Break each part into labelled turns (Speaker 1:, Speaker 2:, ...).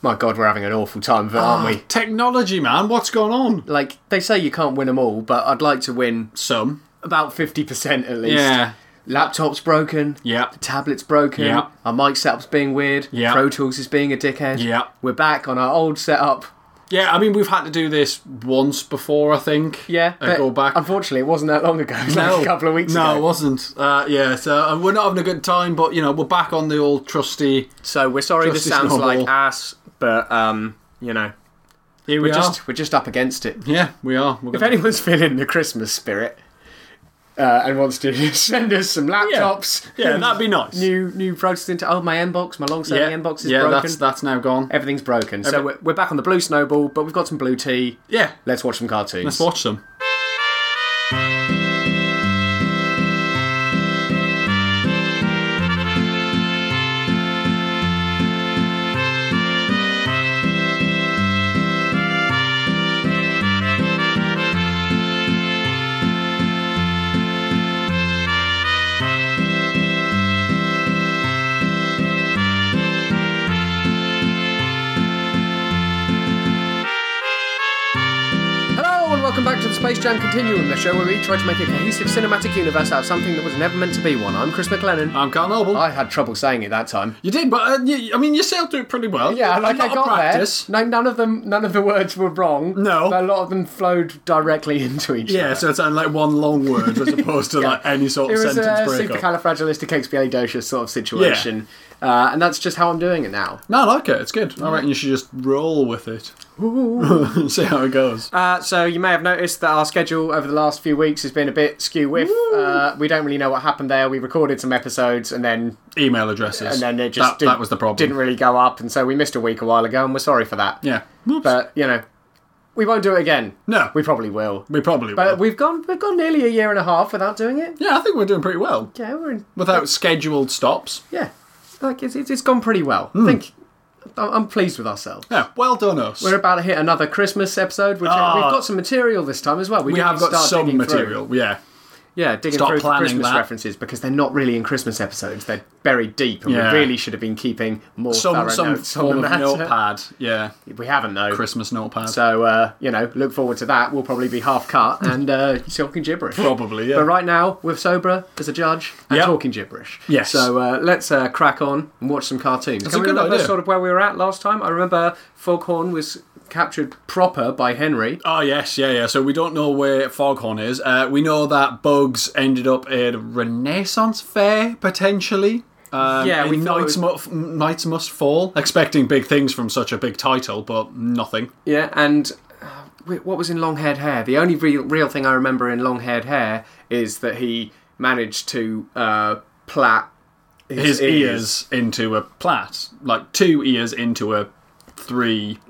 Speaker 1: my God, we're having an awful time of it, aren't
Speaker 2: Ah.
Speaker 1: we?
Speaker 2: Technology, man, what's going on?
Speaker 1: Like, they say you can't win them all, but I'd like to win
Speaker 2: Some.
Speaker 1: about 50% at least.
Speaker 2: Yeah.
Speaker 1: Laptop's broken.
Speaker 2: Yeah.
Speaker 1: The tablet's broken.
Speaker 2: Yeah.
Speaker 1: Our mic setup's being weird.
Speaker 2: Yeah.
Speaker 1: Pro Tools is being a dickhead.
Speaker 2: Yeah.
Speaker 1: We're back on our old setup.
Speaker 2: Yeah, I mean, we've had to do this once before, I think.
Speaker 1: Yeah.
Speaker 2: And go back.
Speaker 1: Unfortunately, it wasn't that long ago. It was like a couple of weeks
Speaker 2: no,
Speaker 1: ago.
Speaker 2: it wasn't. Uh, yeah, so uh, we're not having a good time, but, you know, we're back on the old trusty.
Speaker 1: So we're sorry
Speaker 2: Just
Speaker 1: this sounds
Speaker 2: snowball.
Speaker 1: like ass, but um, you know,
Speaker 2: Here we
Speaker 1: we're
Speaker 2: are.
Speaker 1: just we're just up against it.
Speaker 2: Yeah, we are. We're
Speaker 1: If anyone's feeling the Christmas spirit uh, and wants to send us some laptops,
Speaker 2: Yeah, that'd be nice.
Speaker 1: new new products into oh my inbox, my long
Speaker 2: yeah,
Speaker 1: standing inbox is
Speaker 2: yeah
Speaker 1: broken.
Speaker 2: that's that's now gone.
Speaker 1: Everything's broken. so
Speaker 2: Every-
Speaker 1: we're, we're back on the blue snowball, but we've got some blue tea.
Speaker 2: Yeah,
Speaker 1: Let's watch some cartoons.
Speaker 2: let's watch them.
Speaker 1: Hello and welcome back to the Space Jam Continuum, the show where we try to make a cohesive cinematic universe out of something that was never meant to be one. I'm Chris McLennan.
Speaker 2: I'm Carl Noble.
Speaker 1: I had trouble saying it that time.
Speaker 2: you did, but uh, you, I mean, you sailed through it pretty well.
Speaker 1: Yeah,
Speaker 2: It's
Speaker 1: like
Speaker 2: not
Speaker 1: I
Speaker 2: a
Speaker 1: got
Speaker 2: practice.
Speaker 1: there. No, none of them, none of the words were wrong.
Speaker 2: No.
Speaker 1: but a lot of them flowed directly into each
Speaker 2: Yeah,
Speaker 1: other.
Speaker 2: so it sounded like one long word as opposed to like any sort
Speaker 1: it
Speaker 2: of
Speaker 1: was uh, a
Speaker 2: sentence breakup.
Speaker 1: supercalifragilisticexpialidocious sort of situation, uh, and that's just how I'm doing it now.
Speaker 2: no, I like it. It's good. I reckon you should just roll with it. See how it goes.
Speaker 1: Uh, so you may have noticed that our schedule over the last few weeks has been a bit skew whiff. Uh, we don't really know what happened there. We recorded some episodes and then
Speaker 2: Email addresses.
Speaker 1: and then it just
Speaker 2: that,
Speaker 1: did,
Speaker 2: that was the problem.
Speaker 1: Didn't really go up, and so we missed a week a while ago, and we're sorry for that.
Speaker 2: yeah. Oops.
Speaker 1: But you know, we won't do it again.
Speaker 2: no,
Speaker 1: We
Speaker 2: we,
Speaker 1: probably will.
Speaker 2: probably
Speaker 1: But
Speaker 2: will.
Speaker 1: we've gone we've gone nearly a year and a half without doing it.
Speaker 2: Yeah, I think we're doing pretty well
Speaker 1: Yeah, we're in,
Speaker 2: without scheduled stops.
Speaker 1: yeah, like it's, it's it's gone pretty well.
Speaker 2: Hmm.
Speaker 1: I think I'm, I'm pleased with ourselves.
Speaker 2: Yeah, well done us.
Speaker 1: We're about to hit another Christmas episode. Which uh,
Speaker 2: Ah.
Speaker 1: we've got some material this time as well.
Speaker 2: we
Speaker 1: didn't
Speaker 2: have got
Speaker 1: start
Speaker 2: some
Speaker 1: digging through.
Speaker 2: material. Yeah.
Speaker 1: Yeah, digging
Speaker 2: Start
Speaker 1: through the
Speaker 2: planning
Speaker 1: Christmas
Speaker 2: that.
Speaker 1: references because they're not really in Christmas episodes. They're buried deep, and
Speaker 2: Yeah.
Speaker 1: we really should have been keeping more
Speaker 2: Some
Speaker 1: thorough
Speaker 2: some
Speaker 1: notes on the
Speaker 2: form of
Speaker 1: matter.
Speaker 2: notepad. Yeah.
Speaker 1: We haven't though.
Speaker 2: Christmas notepad.
Speaker 1: So uh, you know, look forward to that. We'll probably be half cut and uh, talking gibberish.
Speaker 2: Probably, yeah.
Speaker 1: But right now, we're sober as a judge and
Speaker 2: Yep.
Speaker 1: talking gibberish.
Speaker 2: Yes.
Speaker 1: So uh, let's uh, crack on and watch some cartoons. Can
Speaker 2: a
Speaker 1: we
Speaker 2: good
Speaker 1: remember
Speaker 2: idea.
Speaker 1: sort of where we were at last time? I remember Foghorn was captured proper by Henry.
Speaker 2: Oh yes, yeah, yeah. So we don't know where Foghorn is. Uh, we know that Bugs ended up at Renaissance Fair potentially. Um,
Speaker 1: Yeah,
Speaker 2: in
Speaker 1: we thought it
Speaker 2: Knights, Mu- Knights Must Fall, expecting big things from such a big title, but nothing.
Speaker 1: Yeah, and uh, wait, what was in Long Haired Hair? The only real, real thing I remember in Long Haired Hair is that he managed to uh, plait
Speaker 2: His ears into a plait, like two ears into a three-eared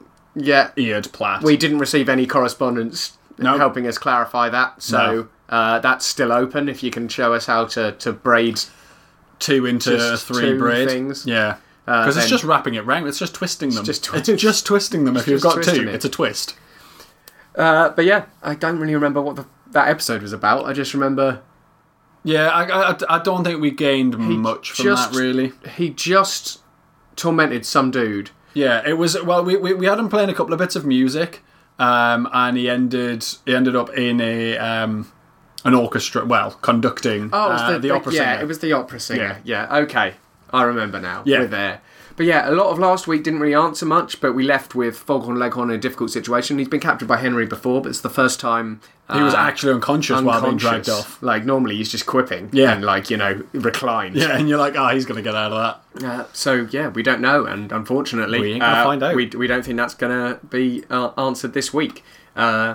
Speaker 1: Yeah,
Speaker 2: plait.
Speaker 1: we didn't receive any correspondence
Speaker 2: No.
Speaker 1: helping us clarify that, so uh, that's still open. If you can show us how to, to braid,
Speaker 2: two into
Speaker 1: Just
Speaker 2: three
Speaker 1: two
Speaker 2: braid.
Speaker 1: things. Uh,
Speaker 2: Yeah, because
Speaker 1: then-
Speaker 2: it's just wrapping it round. It's just twisting them.
Speaker 1: just twi-
Speaker 2: it's just twisting them. If you've
Speaker 1: just
Speaker 2: got
Speaker 1: twisting
Speaker 2: two,
Speaker 1: it.
Speaker 2: it's a twist.
Speaker 1: uh, but yeah, I don't really remember what the, that episode was about. I just remember
Speaker 2: Yeah, I, I, I don't think we gained much from
Speaker 1: just-
Speaker 2: that really.
Speaker 1: he just tormented some dude.
Speaker 2: Yeah, it was well. We, we, we had him playing a couple of bits of music, um, and he ended he ended up in a um, an orchestra. Well, conducting
Speaker 1: Oh, it was
Speaker 2: uh,
Speaker 1: the,
Speaker 2: the,
Speaker 1: the-
Speaker 2: opera
Speaker 1: yeah,
Speaker 2: singer.
Speaker 1: it was the opera singer. Yeah. okay. I remember now.
Speaker 2: Yeah.
Speaker 1: We're there. But yeah, a lot of last week didn't really answer much, but we left with Foghorn Leghorn in a difficult situation. He's been captured by Henry before, but it's the first time uh,
Speaker 2: he was actually unconscious, while being dragged
Speaker 1: unconscious.
Speaker 2: off.
Speaker 1: Like normally he's just quipping.
Speaker 2: Yeah.
Speaker 1: And like, you know, reclined.
Speaker 2: Yeah, and you're like, oh, he's gonna get out of that.
Speaker 1: Uh, so yeah, we don't know, and unfortunately,
Speaker 2: We ain't gonna
Speaker 1: uh,
Speaker 2: find out.
Speaker 1: We, we don't think that's gonna be uh, answered this week. Uh,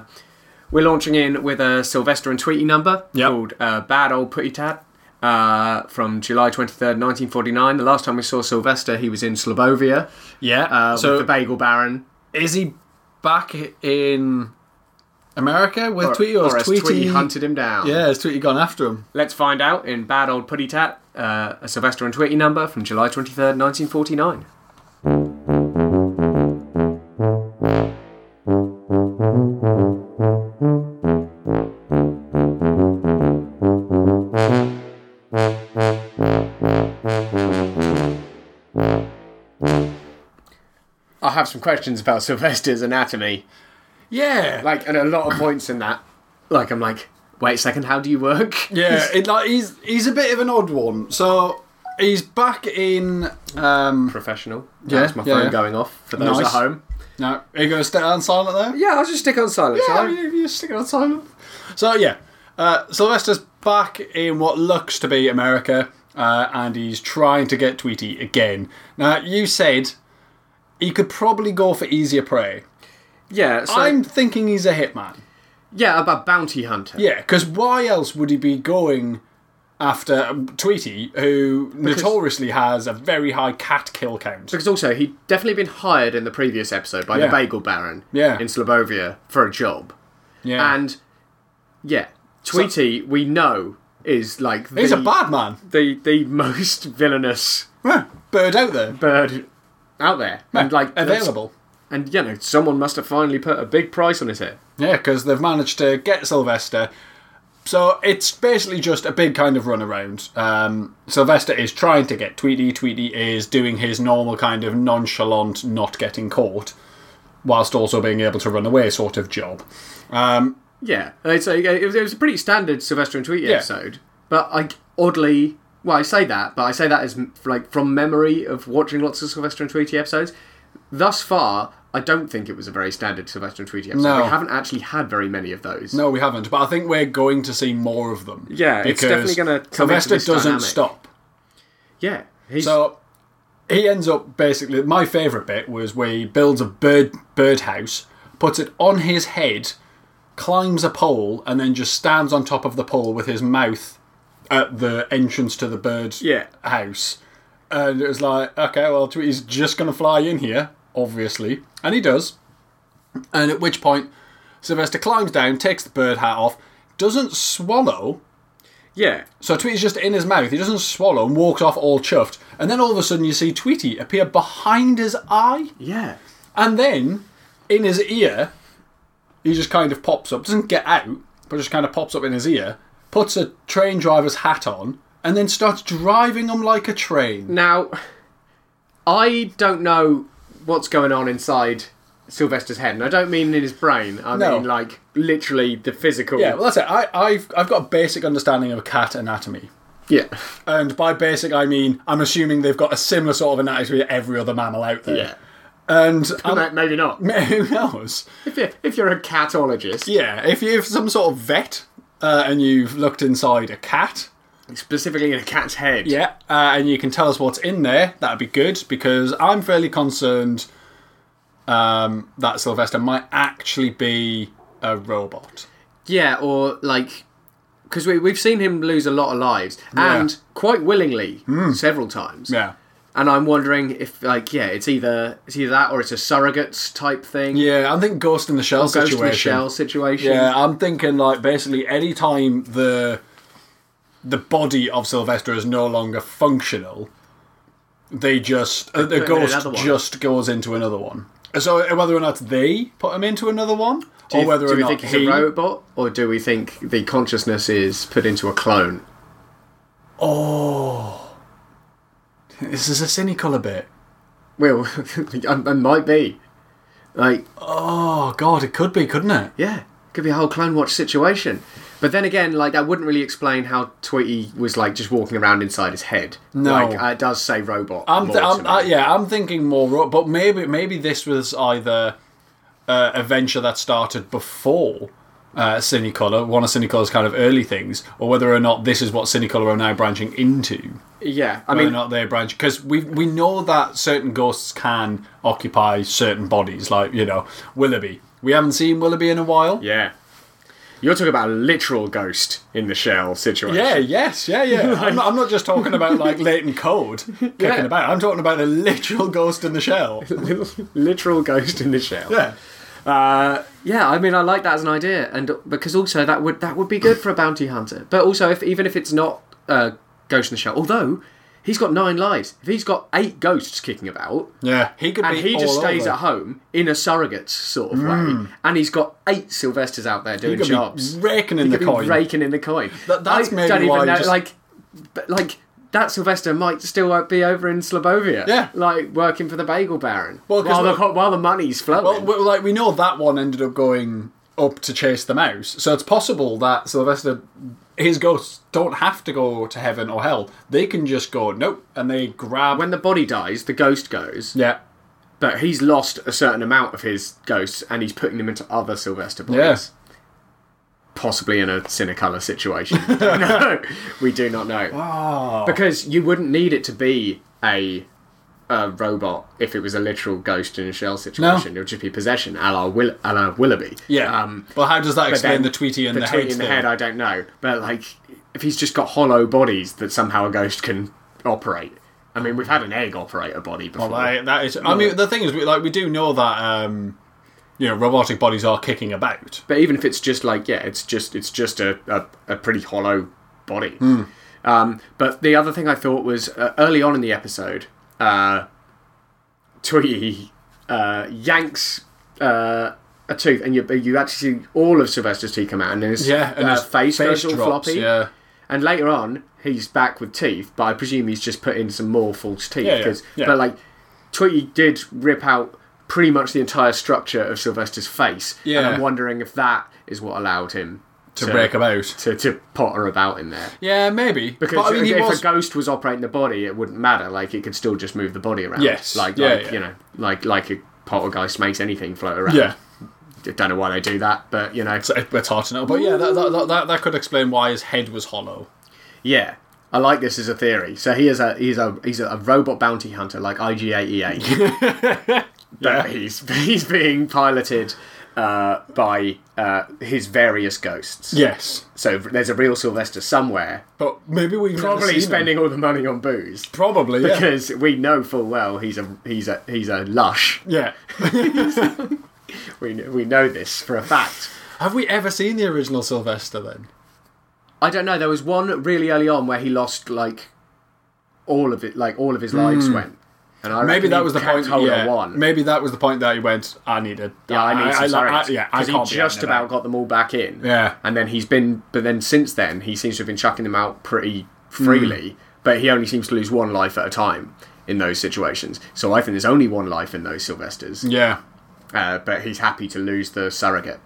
Speaker 1: we're launching in with a Sylvester and Tweety number
Speaker 2: Yep.
Speaker 1: called uh, "Bad Old Putty Tat" uh, from July twenty third, nineteen forty nine. The last time we saw Sylvester, he was in Slobovia
Speaker 2: Yeah.
Speaker 1: uh,
Speaker 2: so
Speaker 1: with the Bagel Baron.
Speaker 2: is he back in America with Tweety or,
Speaker 1: or
Speaker 2: is
Speaker 1: as Tweety
Speaker 2: Tweety?
Speaker 1: hunted him down.
Speaker 2: yeah, has Tweety gone after him?
Speaker 1: Let's find out in "Bad Old Putty Tat," uh, a Sylvester and Tweety number from July twenty third, nineteen forty nine. I have some questions about Sylvester's anatomy.
Speaker 2: Yeah.
Speaker 1: Like, and a lot of points in that. Like, I'm like, wait a second, how do you work?
Speaker 2: Yeah, it, like he's he's a bit of an odd one. So he's back in. Um,
Speaker 1: Professional.
Speaker 2: Yeah,
Speaker 1: That's my
Speaker 2: yeah,
Speaker 1: phone
Speaker 2: yeah.
Speaker 1: going off for those
Speaker 2: Nice.
Speaker 1: at home.
Speaker 2: no, are you gonna stay on silent there?
Speaker 1: Yeah, I'll just stick on silent. shall I?
Speaker 2: Yeah, you, you stick it on silent. So yeah, uh, Sylvester's back in what looks to be America, uh, and he's trying to get Tweety again. Now you said he could probably go for easier prey.
Speaker 1: yeah, so,
Speaker 2: I'm thinking he's a hitman.
Speaker 1: yeah, about bounty hunter.
Speaker 2: Yeah, because why else would he be going after um, Tweety, who notoriously has a very high cat kill count?
Speaker 1: Because also, he'd definitely been hired in the previous episode by
Speaker 2: Yeah.
Speaker 1: the Bagel Baron
Speaker 2: Yeah.
Speaker 1: in Slobovia for a job.
Speaker 2: Yeah,
Speaker 1: And, yeah, Tweety, we know, is like the,
Speaker 2: he's a bad man.
Speaker 1: the, the most villainous
Speaker 2: Huh, Bird out there,
Speaker 1: bird out there. And, like, that's-
Speaker 2: available.
Speaker 1: And, you know, someone must have finally put a big price on his head.
Speaker 2: Yeah, because they've managed to get Sylvester. So it's basically just a big kind of runaround. Um, Sylvester is trying to get Tweety. Tweety is doing his normal kind of nonchalant, not getting caught, whilst also being able to run away sort of job. Um,
Speaker 1: Yeah, it's a, it was- it was a pretty standard Sylvester and Tweety episode, but I oddly, well, I say that, but I say that as m- like from memory of watching lots of Sylvester and Tweety episodes. Thus far, I don't think it was a very standard Sylvester and Tweety episode.
Speaker 2: No.
Speaker 1: We haven't actually had very many of those.
Speaker 2: no, we haven't, but I think we're going to see more of them.
Speaker 1: Yeah, it's definitely gonna come into
Speaker 2: Sylvester
Speaker 1: this
Speaker 2: doesn't
Speaker 1: dynamic.
Speaker 2: stop.
Speaker 1: Yeah, he's
Speaker 2: So he ends up basically. My favourite bit was where he builds a bird birdhouse, puts it on his head, climbs a pole, and then just stands on top of the pole with his mouth at the entrance to the bird
Speaker 1: Yeah.
Speaker 2: house. And it was like, okay, well, Tweety's just going to fly in here, obviously, and he does. And at which point, Sylvester climbs down, takes the bird hat off, doesn't swallow,
Speaker 1: yeah,
Speaker 2: so Tweety's just in his mouth. He doesn't swallow and walks off all chuffed. And then all of a sudden, you see Tweety appear behind his eye,
Speaker 1: yeah,
Speaker 2: and then in his ear, he just kind of pops up. Doesn't get out, but just kind of pops up in his ear. Puts a train driver's hat on, and then starts driving him like a train.
Speaker 1: Now, I don't know what's going on inside Sylvester's head, and I don't mean in his brain. I
Speaker 2: No.
Speaker 1: mean like literally the physical.
Speaker 2: Yeah, well, that's it. I, I've I've got a basic understanding of cat anatomy,
Speaker 1: yeah,
Speaker 2: and by basic I mean I'm assuming they've got a similar sort of anatomy to every other mammal out there.
Speaker 1: yeah.
Speaker 2: And I'm,
Speaker 1: Ma- Maybe not.
Speaker 2: who knows?
Speaker 1: If you're, if you're a catologist,
Speaker 2: Yeah, if you're some sort of vet uh, and you've looked inside a cat,
Speaker 1: specifically in a cat's head,
Speaker 2: yeah, uh, and you can tell us what's in there, that'd be good because I'm fairly concerned um, that Sylvester might actually be a robot.
Speaker 1: yeah, or like, because we we've seen him lose a lot of lives and quite willingly several times.
Speaker 2: Hmm. Yeah.
Speaker 1: And I'm wondering if like yeah, it's either it's either that or it's a surrogates type thing,
Speaker 2: Yeah, I think Ghost in the Shell
Speaker 1: ghost
Speaker 2: situation.
Speaker 1: in the shell situation.
Speaker 2: Yeah, I'm thinking like basically any time the the body of Sylvester is no longer functional, they just uh,
Speaker 1: put him
Speaker 2: the
Speaker 1: in
Speaker 2: ghost
Speaker 1: another one.
Speaker 2: just goes into another one. So uh, whether or not they put him into another one,
Speaker 1: Do
Speaker 2: or
Speaker 1: you-
Speaker 2: whether
Speaker 1: do
Speaker 2: or
Speaker 1: we
Speaker 2: not
Speaker 1: think he's
Speaker 2: he,
Speaker 1: a robot, or do we think the consciousness is put into a clone?
Speaker 2: Oh! this is a cynical a bit.
Speaker 1: Well, it might be. Like,
Speaker 2: Oh God, it could be, couldn't it?
Speaker 1: yeah, could be a whole clone watch situation. But then again, like that wouldn't really explain how Tweety was like just walking around inside his head.
Speaker 2: No.
Speaker 1: like, uh, it does say robot.
Speaker 2: I'm,
Speaker 1: more
Speaker 2: th-
Speaker 1: to
Speaker 2: I'm
Speaker 1: me.
Speaker 2: uh, yeah, I'm thinking more, ro- but maybe maybe this was either uh, a venture that started before uh, Cinecolor, one of Cinecolor's kind of early things, or whether or not this is what Cinecolor are now branching into.
Speaker 1: yeah. I
Speaker 2: Whether
Speaker 1: mean,
Speaker 2: or not they branch because we we know that certain ghosts can occupy certain bodies, like you know Willoughby. We haven't seen Willoughby in a while.
Speaker 1: yeah. You're talking about a literal ghost in the shell situation.
Speaker 2: Yeah, yes, yeah, yeah. I'm, not, I'm not just talking about like latent code kicking
Speaker 1: Yeah.
Speaker 2: about. I'm talking about a literal ghost in the shell.
Speaker 1: literal ghost in the shell.
Speaker 2: Yeah.
Speaker 1: Uh, yeah, I mean, I like that as an idea, and because also that would that would be good for a bounty hunter. But also, if even if it's not uh, Ghost in the Shell, although he's got nine lives, if he's got eight ghosts kicking about,
Speaker 2: Yeah, he could
Speaker 1: and
Speaker 2: be.
Speaker 1: he just
Speaker 2: all
Speaker 1: stays
Speaker 2: over. Mm.
Speaker 1: at home in a surrogate sort of way, and he's got eight Sylvesters out there doing
Speaker 2: He could
Speaker 1: jobs,
Speaker 2: be raking in the
Speaker 1: He could be
Speaker 2: coin.
Speaker 1: raking in the coin.
Speaker 2: That- that's
Speaker 1: I
Speaker 2: maybe
Speaker 1: don't
Speaker 2: why
Speaker 1: even
Speaker 2: I
Speaker 1: know,
Speaker 2: just-
Speaker 1: like, but, like. that Sylvester might still be over in Slobovia.
Speaker 2: Yeah.
Speaker 1: Like working for the Bagel Baron.
Speaker 2: Well, 'cause
Speaker 1: while, the, while the money's flowing.
Speaker 2: Well, well, like we know that one ended up going up to chase the mouse, so it's possible that Sylvester, his ghosts don't have to go to heaven or hell. They can just go nope, and they grab.
Speaker 1: when the body dies, the ghost goes.
Speaker 2: yeah,
Speaker 1: But he's lost a certain amount of his ghosts and he's putting them into other Sylvester bodies.
Speaker 2: Yes.
Speaker 1: Possibly in a Cinecolor situation. no, we do not know.
Speaker 2: Oh.
Speaker 1: Because you wouldn't need it to be a, a robot if it was a literal ghost in a shell situation. It would just be possession, a la, Will- a la Willoughby.
Speaker 2: yeah.
Speaker 1: Um,
Speaker 2: well, how does that explain
Speaker 1: then
Speaker 2: the Tweety and the,
Speaker 1: the
Speaker 2: head
Speaker 1: tweet in the
Speaker 2: thing?
Speaker 1: head, I don't know. But like, if he's just got hollow bodies that somehow a ghost can operate. I mean, we've had an egg operate a body before.
Speaker 2: Like, that is. I mean, the thing is, we, like we do know that um, you know robotic bodies are kicking about.
Speaker 1: but even if it's just like yeah it's just it's just a, a, a pretty hollow body
Speaker 2: Hmm.
Speaker 1: um, but the other thing i thought was uh, early on in the episode uh, tweety uh, yanks uh, a tooth and you, you actually see all of sylvester's teeth come out and his,
Speaker 2: Yeah, and
Speaker 1: uh,
Speaker 2: his
Speaker 1: face, goes all
Speaker 2: drops,
Speaker 1: floppy
Speaker 2: Yeah.
Speaker 1: and later on, he's back with teeth, but I presume he's just put in some more false teeth.
Speaker 2: Yeah, yeah,
Speaker 1: 'cause-
Speaker 2: yeah.
Speaker 1: But like, Tweety did rip out pretty much the entire structure of Sylvester's face. And
Speaker 2: Yeah.
Speaker 1: I'm wondering if that is what allowed him
Speaker 2: To break about.
Speaker 1: to, to potter about in there.
Speaker 2: Yeah, maybe.
Speaker 1: Because
Speaker 2: but I mean, he
Speaker 1: if
Speaker 2: was
Speaker 1: a ghost was operating the body, it wouldn't matter. Like it could still just move the body around.
Speaker 2: Yes,
Speaker 1: Like,
Speaker 2: yeah,
Speaker 1: like
Speaker 2: yeah.
Speaker 1: you know, like like a poltergeist makes anything float around.
Speaker 2: yeah.
Speaker 1: I don't know why they do that, but you know,
Speaker 2: So it- it's hard to know. But yeah, that, that, that, that, that could explain why his head was hollow.
Speaker 1: Yeah, I like this as a theory. So he is a he's a he's a robot bounty hunter like IG88, E but he's he's being piloted uh, by uh, his various ghosts.
Speaker 2: Yes.
Speaker 1: So there's a real Sylvester somewhere,
Speaker 2: But maybe we
Speaker 1: probably spending all the money on booze.
Speaker 2: Probably, yeah.
Speaker 1: Because we know full well he's a he's a he's a lush.
Speaker 2: yeah.
Speaker 1: We we know this for a fact.
Speaker 2: Have we ever seen the original Sylvester then?
Speaker 1: I don't know. There was one really early on where he lost like all of it, like all of his lives went. And I
Speaker 2: Hmm. Maybe
Speaker 1: reckon
Speaker 2: that
Speaker 1: he
Speaker 2: was the
Speaker 1: kept
Speaker 2: point.
Speaker 1: hold of
Speaker 2: Yeah,
Speaker 1: one.
Speaker 2: maybe that was the point that he went. I need it.
Speaker 1: Yeah, I need some
Speaker 2: like-
Speaker 1: sorrows.
Speaker 2: I- yeah, I
Speaker 1: 'Cause
Speaker 2: can't
Speaker 1: he
Speaker 2: be
Speaker 1: just
Speaker 2: having
Speaker 1: about
Speaker 2: that.
Speaker 1: got them all back in.
Speaker 2: Yeah.
Speaker 1: And then he's been, but then since then, he seems to have been chucking them out pretty freely,
Speaker 2: Hmm.
Speaker 1: but he only seems to lose one life at a time in those situations. So I think there's only one life in those Sylvesters,
Speaker 2: Yeah.
Speaker 1: uh, but he's happy to lose the surrogate.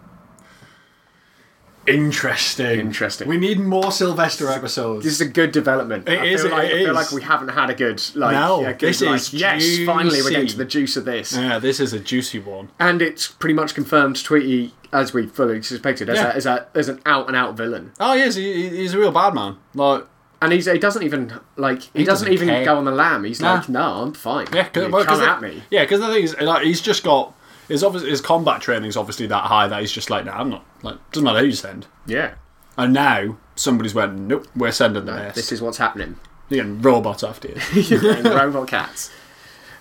Speaker 2: Interesting.
Speaker 1: Interesting.
Speaker 2: We need more Sylvester episodes.
Speaker 1: This is a good development.
Speaker 2: It
Speaker 1: I
Speaker 2: is,
Speaker 1: Feel like,
Speaker 2: it
Speaker 1: I feel
Speaker 2: is.
Speaker 1: like we haven't had a good like.
Speaker 2: No,
Speaker 1: a good,
Speaker 2: this
Speaker 1: like,
Speaker 2: is
Speaker 1: yes. Finally, we're getting
Speaker 2: juicy.
Speaker 1: to the juice of this.
Speaker 2: yeah, this is a juicy one.
Speaker 1: And it's pretty much confirmed Tweety, as we fully suspected, as,
Speaker 2: Yeah.
Speaker 1: a, as, a, as an out and out villain.
Speaker 2: Oh yes, he, he- he's a real bad man. Like,
Speaker 1: And he's, he doesn't even, like, he, doesn't,
Speaker 2: doesn't
Speaker 1: even
Speaker 2: care.
Speaker 1: go on the lamb. He's
Speaker 2: Nah.
Speaker 1: like, no, I'm fine.
Speaker 2: yeah,
Speaker 1: You
Speaker 2: cause, well, 'cause
Speaker 1: come at
Speaker 2: the-
Speaker 1: me.
Speaker 2: Yeah, because the thing is, like, he's just got his obvious his combat training's obviously that high that he's just like, nah, I'm not. Like, doesn't matter who you send.
Speaker 1: Yeah.
Speaker 2: And now somebody's went, nope, we're sending the mess.
Speaker 1: This is what's happening.
Speaker 2: You're getting robots after you.
Speaker 1: And robot cats.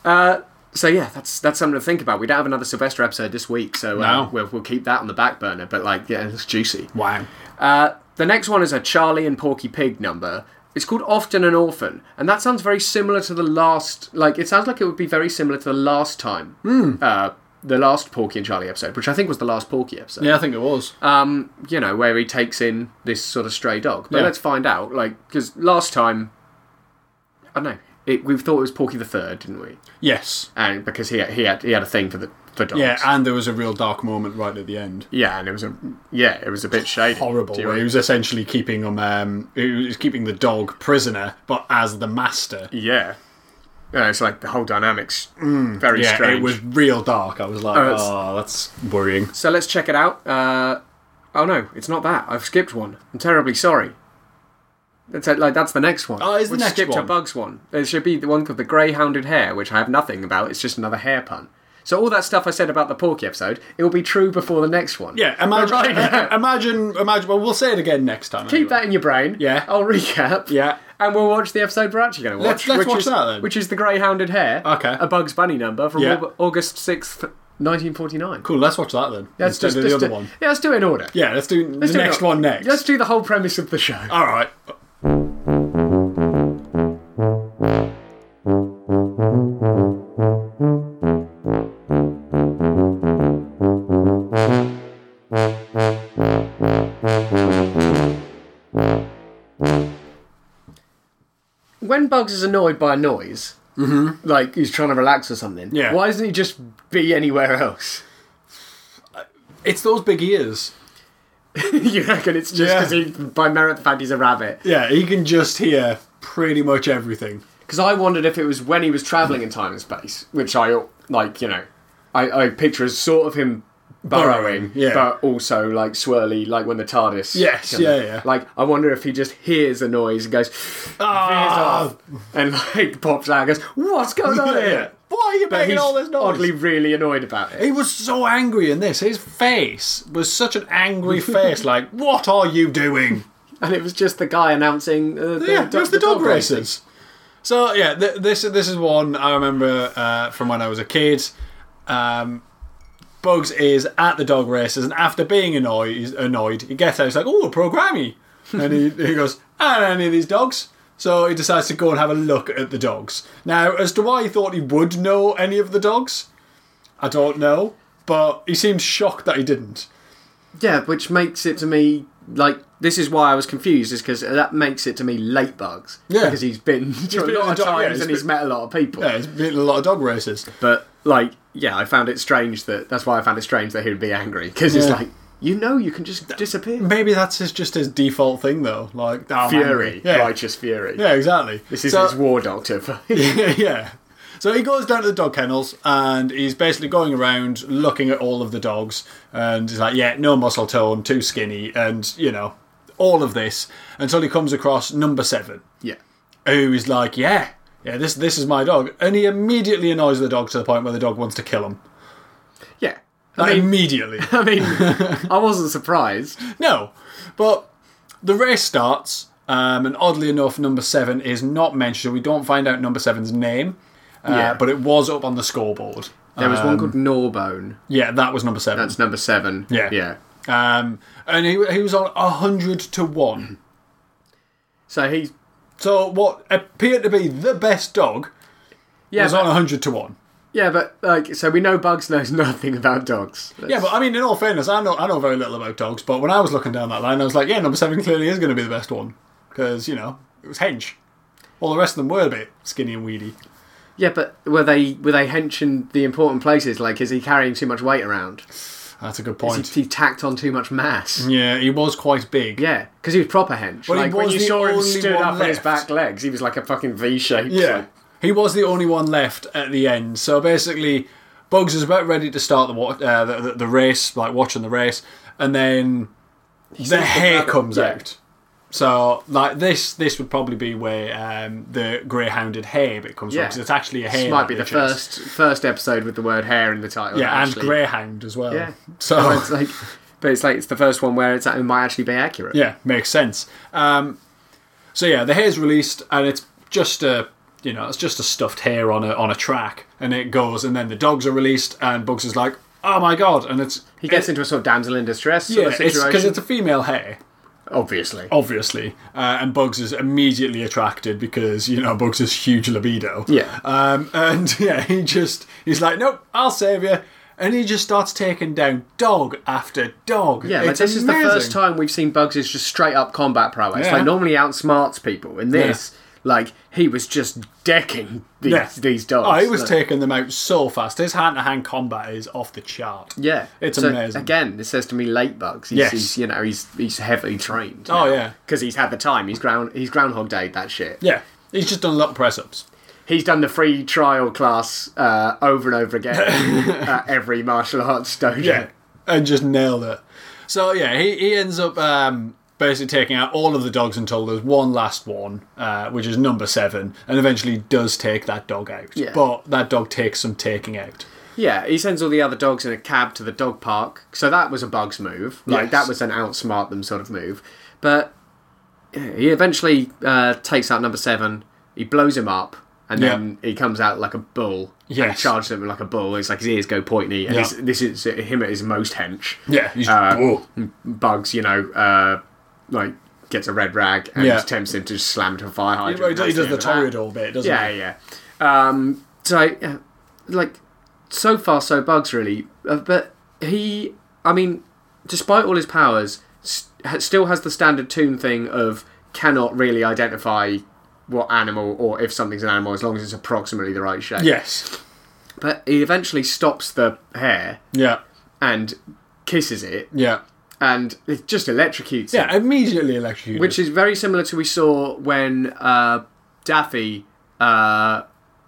Speaker 1: Uh, so, yeah, that's that's something to think about. We don't have another Sylvester episode this week, so uh,
Speaker 2: No.
Speaker 1: we'll, we'll keep that on the back burner. But, like, yeah, it's juicy.
Speaker 2: wow.
Speaker 1: Uh, the next one is a Charlie and Porky Pig number. It's called Often an Orphan, and that sounds very similar to the last. Like it sounds like it would be very similar to the last time,
Speaker 2: Hmm.
Speaker 1: uh, the last Porky and Charlie episode, which I think was the last Porky episode.
Speaker 2: Yeah, I think it was.
Speaker 1: Um, you know where he takes in this sort of stray dog. But
Speaker 2: Yeah.
Speaker 1: let's find out, like, because last time, I don't know. It, we thought it was Porky the Third, didn't we?
Speaker 2: yes.
Speaker 1: And because he had, he had he had a thing for the for dogs.
Speaker 2: Yeah, and there was a real dark moment right at the end.
Speaker 1: yeah, and it was a yeah, it was a bit shady.
Speaker 2: Horrible. eh?
Speaker 1: Do you
Speaker 2: Where he was essentially keeping him, um, he was keeping the dog prisoner, but as the master.
Speaker 1: Yeah. Yeah, it's like the whole dynamics very
Speaker 2: Mm, Yeah,
Speaker 1: strange.
Speaker 2: it was real dark. I was like,
Speaker 1: Oh, it's-
Speaker 2: oh, that's worrying.
Speaker 1: So let's check it out. Uh, oh no, it's not that. I've skipped one. I'm terribly sorry. That's it, like that's the next one.
Speaker 2: Oh, it's the
Speaker 1: We've
Speaker 2: next
Speaker 1: skipped
Speaker 2: one.
Speaker 1: a bugs one. There should be the one called the greyhounded hare, which I have nothing about. It's just another hair pun. So all that stuff I said about the porky episode, it will be true before the next one.
Speaker 2: Yeah, imagine,
Speaker 1: But right now-
Speaker 2: imagine, imagine. Well, we'll say it again next time.
Speaker 1: Keep
Speaker 2: anyway.
Speaker 1: that in your brain.
Speaker 2: Yeah.
Speaker 1: I'll recap.
Speaker 2: Yeah.
Speaker 1: And we'll watch the episode we're actually going to watch.
Speaker 2: Let's- let's
Speaker 1: which
Speaker 2: watch
Speaker 1: is,
Speaker 2: that then.
Speaker 1: Which is The Greyhounded Hare.
Speaker 2: Okay.
Speaker 1: A Bugs Bunny number from
Speaker 2: Yeah.
Speaker 1: Au- August 6th, 1949.
Speaker 2: Cool. Let's watch that then.
Speaker 1: Let's
Speaker 2: Instead
Speaker 1: just,
Speaker 2: of
Speaker 1: just
Speaker 2: the other
Speaker 1: do,
Speaker 2: one.
Speaker 1: Yeah, let's do it in order.
Speaker 2: Yeah, let's do
Speaker 1: Let's
Speaker 2: the
Speaker 1: do it
Speaker 2: next
Speaker 1: in-
Speaker 2: one next.
Speaker 1: Let's do the whole premise of the show.
Speaker 2: All right.
Speaker 1: When Bugs is annoyed by a noise, mm-hmm. like he's trying to relax or something,
Speaker 2: Yeah.
Speaker 1: why doesn't he just be anywhere else?
Speaker 2: It's those big ears.
Speaker 1: you reckon it's just
Speaker 2: Yeah.
Speaker 1: because he, by merit, the fact he's a rabbit?
Speaker 2: Yeah, he can just hear pretty much everything.
Speaker 1: Because I wondered if it was when he was traveling in time and space, which I like, you know, I, I picture as sort of him burrowing,
Speaker 2: Burrowing, yeah.
Speaker 1: but also like swirly, like when the TARDIS.
Speaker 2: Yes,
Speaker 1: comes.
Speaker 2: yeah, yeah.
Speaker 1: Like I wonder if he just hears a noise and goes,
Speaker 2: Ah!
Speaker 1: veers off, and like pops out and goes, "What's going on here?"
Speaker 2: Why are you
Speaker 1: But
Speaker 2: making
Speaker 1: he's
Speaker 2: all this noise?
Speaker 1: oddly really annoyed about it.
Speaker 2: He was so angry in this. His face was such an angry face. Like, what are you doing?
Speaker 1: And it was just the guy announcing uh, the,
Speaker 2: yeah,
Speaker 1: do-
Speaker 2: it was the, dog, races.
Speaker 1: racing.
Speaker 2: So yeah, th- this this is one I remember uh, from when I was a kid. Um, Bugs is at the dog races, and after being annoyed, he's annoyed. He gets out. He's like, "Oh, a programmy," and he, he goes, "I don't know any of these dogs." So he decides to go and have a look at the dogs. Now, as to why he thought he would know any of the dogs, I don't know, but he seems shocked that he didn't.
Speaker 1: Yeah, which makes it to me like this is why I was confused is because that makes it to me late bugs.
Speaker 2: Yeah.
Speaker 1: because he's been to a
Speaker 2: been
Speaker 1: lot
Speaker 2: in
Speaker 1: of
Speaker 2: the dark, yeah,
Speaker 1: times
Speaker 2: he's
Speaker 1: and he's
Speaker 2: been-
Speaker 1: met a lot of people.
Speaker 2: Yeah, he's been to a lot of dog races.
Speaker 1: But like, yeah, I found it strange that that's why I found it strange that he would be angry because it's
Speaker 2: Yeah.
Speaker 1: like you know you can just disappear.
Speaker 2: Maybe that's his, just his default thing, though. Like oh, I'm
Speaker 1: Fury,
Speaker 2: angry. yeah,
Speaker 1: righteous fury.
Speaker 2: yeah, exactly.
Speaker 1: This is
Speaker 2: so,
Speaker 1: his war doctor.
Speaker 2: yeah. So he goes down to the dog kennels and he's basically going around looking at all of the dogs and he's like, yeah, no muscle tone, too skinny, and you know, all of this until he comes across number seven,
Speaker 1: yeah,
Speaker 2: who is like, yeah, yeah, this this is my dog, and he immediately annoys the dog to the point where the dog wants to kill him.
Speaker 1: yeah.
Speaker 2: Like,
Speaker 1: I mean,
Speaker 2: immediately.
Speaker 1: I mean, I wasn't surprised.
Speaker 2: No, but the race starts, um, and oddly enough, number seven is not mentioned. We don't find out number seven's name, uh,
Speaker 1: Yeah.
Speaker 2: but it was up on the scoreboard.
Speaker 1: There was
Speaker 2: Um,
Speaker 1: one called Norbone.
Speaker 2: Yeah, that was number seven.
Speaker 1: That's number seven.
Speaker 2: Yeah.
Speaker 1: yeah.
Speaker 2: Um, and he, he was on hundred to one.
Speaker 1: So he's
Speaker 2: So what appeared to be the best dog
Speaker 1: yeah,
Speaker 2: was
Speaker 1: but,
Speaker 2: on hundred to one.
Speaker 1: yeah, but like, so we know Bugs knows nothing about dogs. That's-
Speaker 2: Yeah, but I mean, in all fairness, I know I know very little about dogs. But when I was looking down that line, I was like, yeah, number seven clearly is going to be the best one because you know it was Hench. All the rest of them were a bit skinny and weedy.
Speaker 1: Yeah, but were they were they henching the important places? Like, is he carrying too much weight around?
Speaker 2: That's a good
Speaker 1: Is he,
Speaker 2: point.
Speaker 1: he tacked on too much mass?
Speaker 2: Yeah, he was quite big.
Speaker 1: Yeah, because he was proper hench.
Speaker 2: he
Speaker 1: like when
Speaker 2: was
Speaker 1: you
Speaker 2: the
Speaker 1: saw him
Speaker 2: only
Speaker 1: stood
Speaker 2: one
Speaker 1: up on his
Speaker 2: left.
Speaker 1: back legs, he was like a fucking V shape.
Speaker 2: Yeah. He was the only one left at the end. So basically, Bugs is about ready to start the, wa- uh, the, the the race, like watching the race, and then the hair
Speaker 1: rabbit.
Speaker 2: comes
Speaker 1: Yeah.
Speaker 2: out. So like this, this would probably be where um, the greyhounded hair bit comes from
Speaker 1: Yeah.
Speaker 2: because it's actually a hair.
Speaker 1: This might
Speaker 2: that
Speaker 1: be the
Speaker 2: they chase.
Speaker 1: first first episode with the word hair in the title.
Speaker 2: Yeah, and
Speaker 1: actually.
Speaker 2: greyhound as well.
Speaker 1: Yeah. But
Speaker 2: So
Speaker 1: it's like, but it's like it's the first one where it's it might actually be accurate.
Speaker 2: yeah, makes sense. Um, so yeah, the hair's released and it's just a you know it's just a stuffed hair on a on a track and it goes and then the dogs are released and Bugs is like oh my god and it's
Speaker 1: He gets into a sort of damsel in distress sort of
Speaker 2: it's
Speaker 1: situation.
Speaker 2: because it's a female hair
Speaker 1: obviously.
Speaker 2: obviously uh, and Bugs is immediately attracted because you know Bugs is huge libido
Speaker 1: Yeah.
Speaker 2: um, and yeah he just he's like nope I'll save you. And he just starts taking down dog after dog.
Speaker 1: Yeah, like
Speaker 2: It's
Speaker 1: this is the first
Speaker 2: amazing.
Speaker 1: time we've seen Bugs is just straight up combat prowess.
Speaker 2: Yeah.
Speaker 1: Like normally he outsmarts people. In this, like he was just decking these
Speaker 2: Yeah.
Speaker 1: these dogs.
Speaker 2: Oh, he was
Speaker 1: Like,
Speaker 2: taking them out so fast. His hand to hand combat is off the chart.
Speaker 1: yeah,
Speaker 2: It's
Speaker 1: So,
Speaker 2: amazing.
Speaker 1: Again, this says to me late Bugs. He's,
Speaker 2: Yes.
Speaker 1: he's, you know he's he's heavily trained.
Speaker 2: Oh, yeah.
Speaker 1: because he's had the time. He's ground he's Groundhog Day that shit.
Speaker 2: Yeah. He's just done a lot of press ups.
Speaker 1: He's done the free trial class uh, over and over again at every martial arts dojo.
Speaker 2: And just nailed it. So, yeah, he, he ends up um, basically taking out all of the dogs until there's one last one, uh, which is number seven, and eventually does take that dog out.
Speaker 1: Yeah.
Speaker 2: But that dog takes some taking out.
Speaker 1: Yeah, he sends all the other dogs in a cab to the dog park. So that was a Bugs move. Like
Speaker 2: Yes.
Speaker 1: that was an outsmart them sort of move. But yeah, he eventually uh, takes out number seven. He blows him up, and then he comes out like a bull. And
Speaker 2: Yes.
Speaker 1: charges him like a bull. It's like his ears go pointy, and
Speaker 2: Yeah.
Speaker 1: he's- this is him at his most hench.
Speaker 2: Yeah. He's
Speaker 1: Uh,
Speaker 2: Whoa.
Speaker 1: Bugs, you know, uh, like gets a red rag and
Speaker 2: Yeah.
Speaker 1: tempts him to just slam into a fire hydrant.
Speaker 2: Well, he
Speaker 1: That's
Speaker 2: does, he does
Speaker 1: end
Speaker 2: the
Speaker 1: of that.
Speaker 2: Toreador bit, doesn't
Speaker 1: Yeah,
Speaker 2: he?
Speaker 1: yeah. Um, so, yeah, like, so far, so bugs really. Uh, but he, I mean, despite all his powers, st- ha- still has the standard tune thing of cannot really identify what animal or if something's an animal as long as it's approximately the right shape.
Speaker 2: Yes.
Speaker 1: But he eventually stops the hare
Speaker 2: Yeah.
Speaker 1: and kisses it
Speaker 2: Yeah.
Speaker 1: and it just electrocutes it.
Speaker 2: Yeah. Immediately electrocuted.
Speaker 1: Which is very similar to we saw when uh, Daffy uh,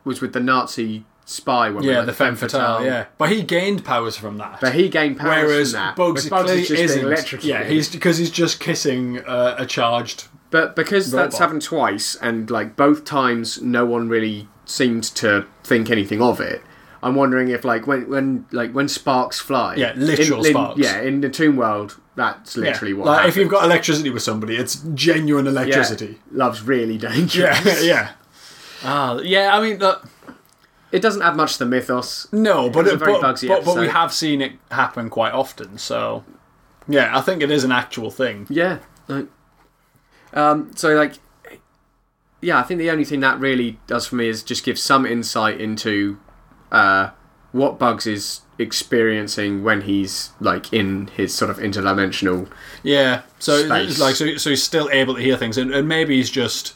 Speaker 1: was with the Nazi spy woman.
Speaker 2: yeah,
Speaker 1: like
Speaker 2: the femme fatale. Yeah, but he gained powers from that.
Speaker 1: But he gained powers
Speaker 2: Whereas
Speaker 1: from that. Whereas
Speaker 2: Bugs,
Speaker 1: Bugs
Speaker 2: clearly
Speaker 1: is just
Speaker 2: isn't.
Speaker 1: being electrocuted.
Speaker 2: Yeah, he's because he's just kissing uh, a charged.
Speaker 1: But because that's
Speaker 2: Robot.
Speaker 1: happened twice, and like both times, no one really seemed to think anything of it. I'm wondering if like when when like when sparks fly,
Speaker 2: Yeah, literal
Speaker 1: in- in-
Speaker 2: sparks.
Speaker 1: yeah, in the Tomb World, that's
Speaker 2: Yeah.
Speaker 1: literally what.
Speaker 2: like
Speaker 1: happens.
Speaker 2: if you've got electricity with somebody, it's genuine
Speaker 1: Yeah,
Speaker 2: electricity.
Speaker 1: love's really dangerous.
Speaker 2: Yeah, yeah. Ah, yeah. I mean, that
Speaker 1: It doesn't add much to the mythos.
Speaker 2: no, but
Speaker 1: was a
Speaker 2: it,
Speaker 1: very
Speaker 2: but,
Speaker 1: Bugsy
Speaker 2: but, but we
Speaker 1: episode.
Speaker 2: have seen it happen quite often. So, yeah, I think it is an actual thing.
Speaker 1: Yeah. like- um. So like, yeah, I think the only thing that really does for me is just give some insight into, uh, what Bugs is experiencing when he's like in his sort of interdimensional.
Speaker 2: Yeah. So it's
Speaker 1: Space.
Speaker 2: like so, so he's still able to hear things, and, and maybe he's just.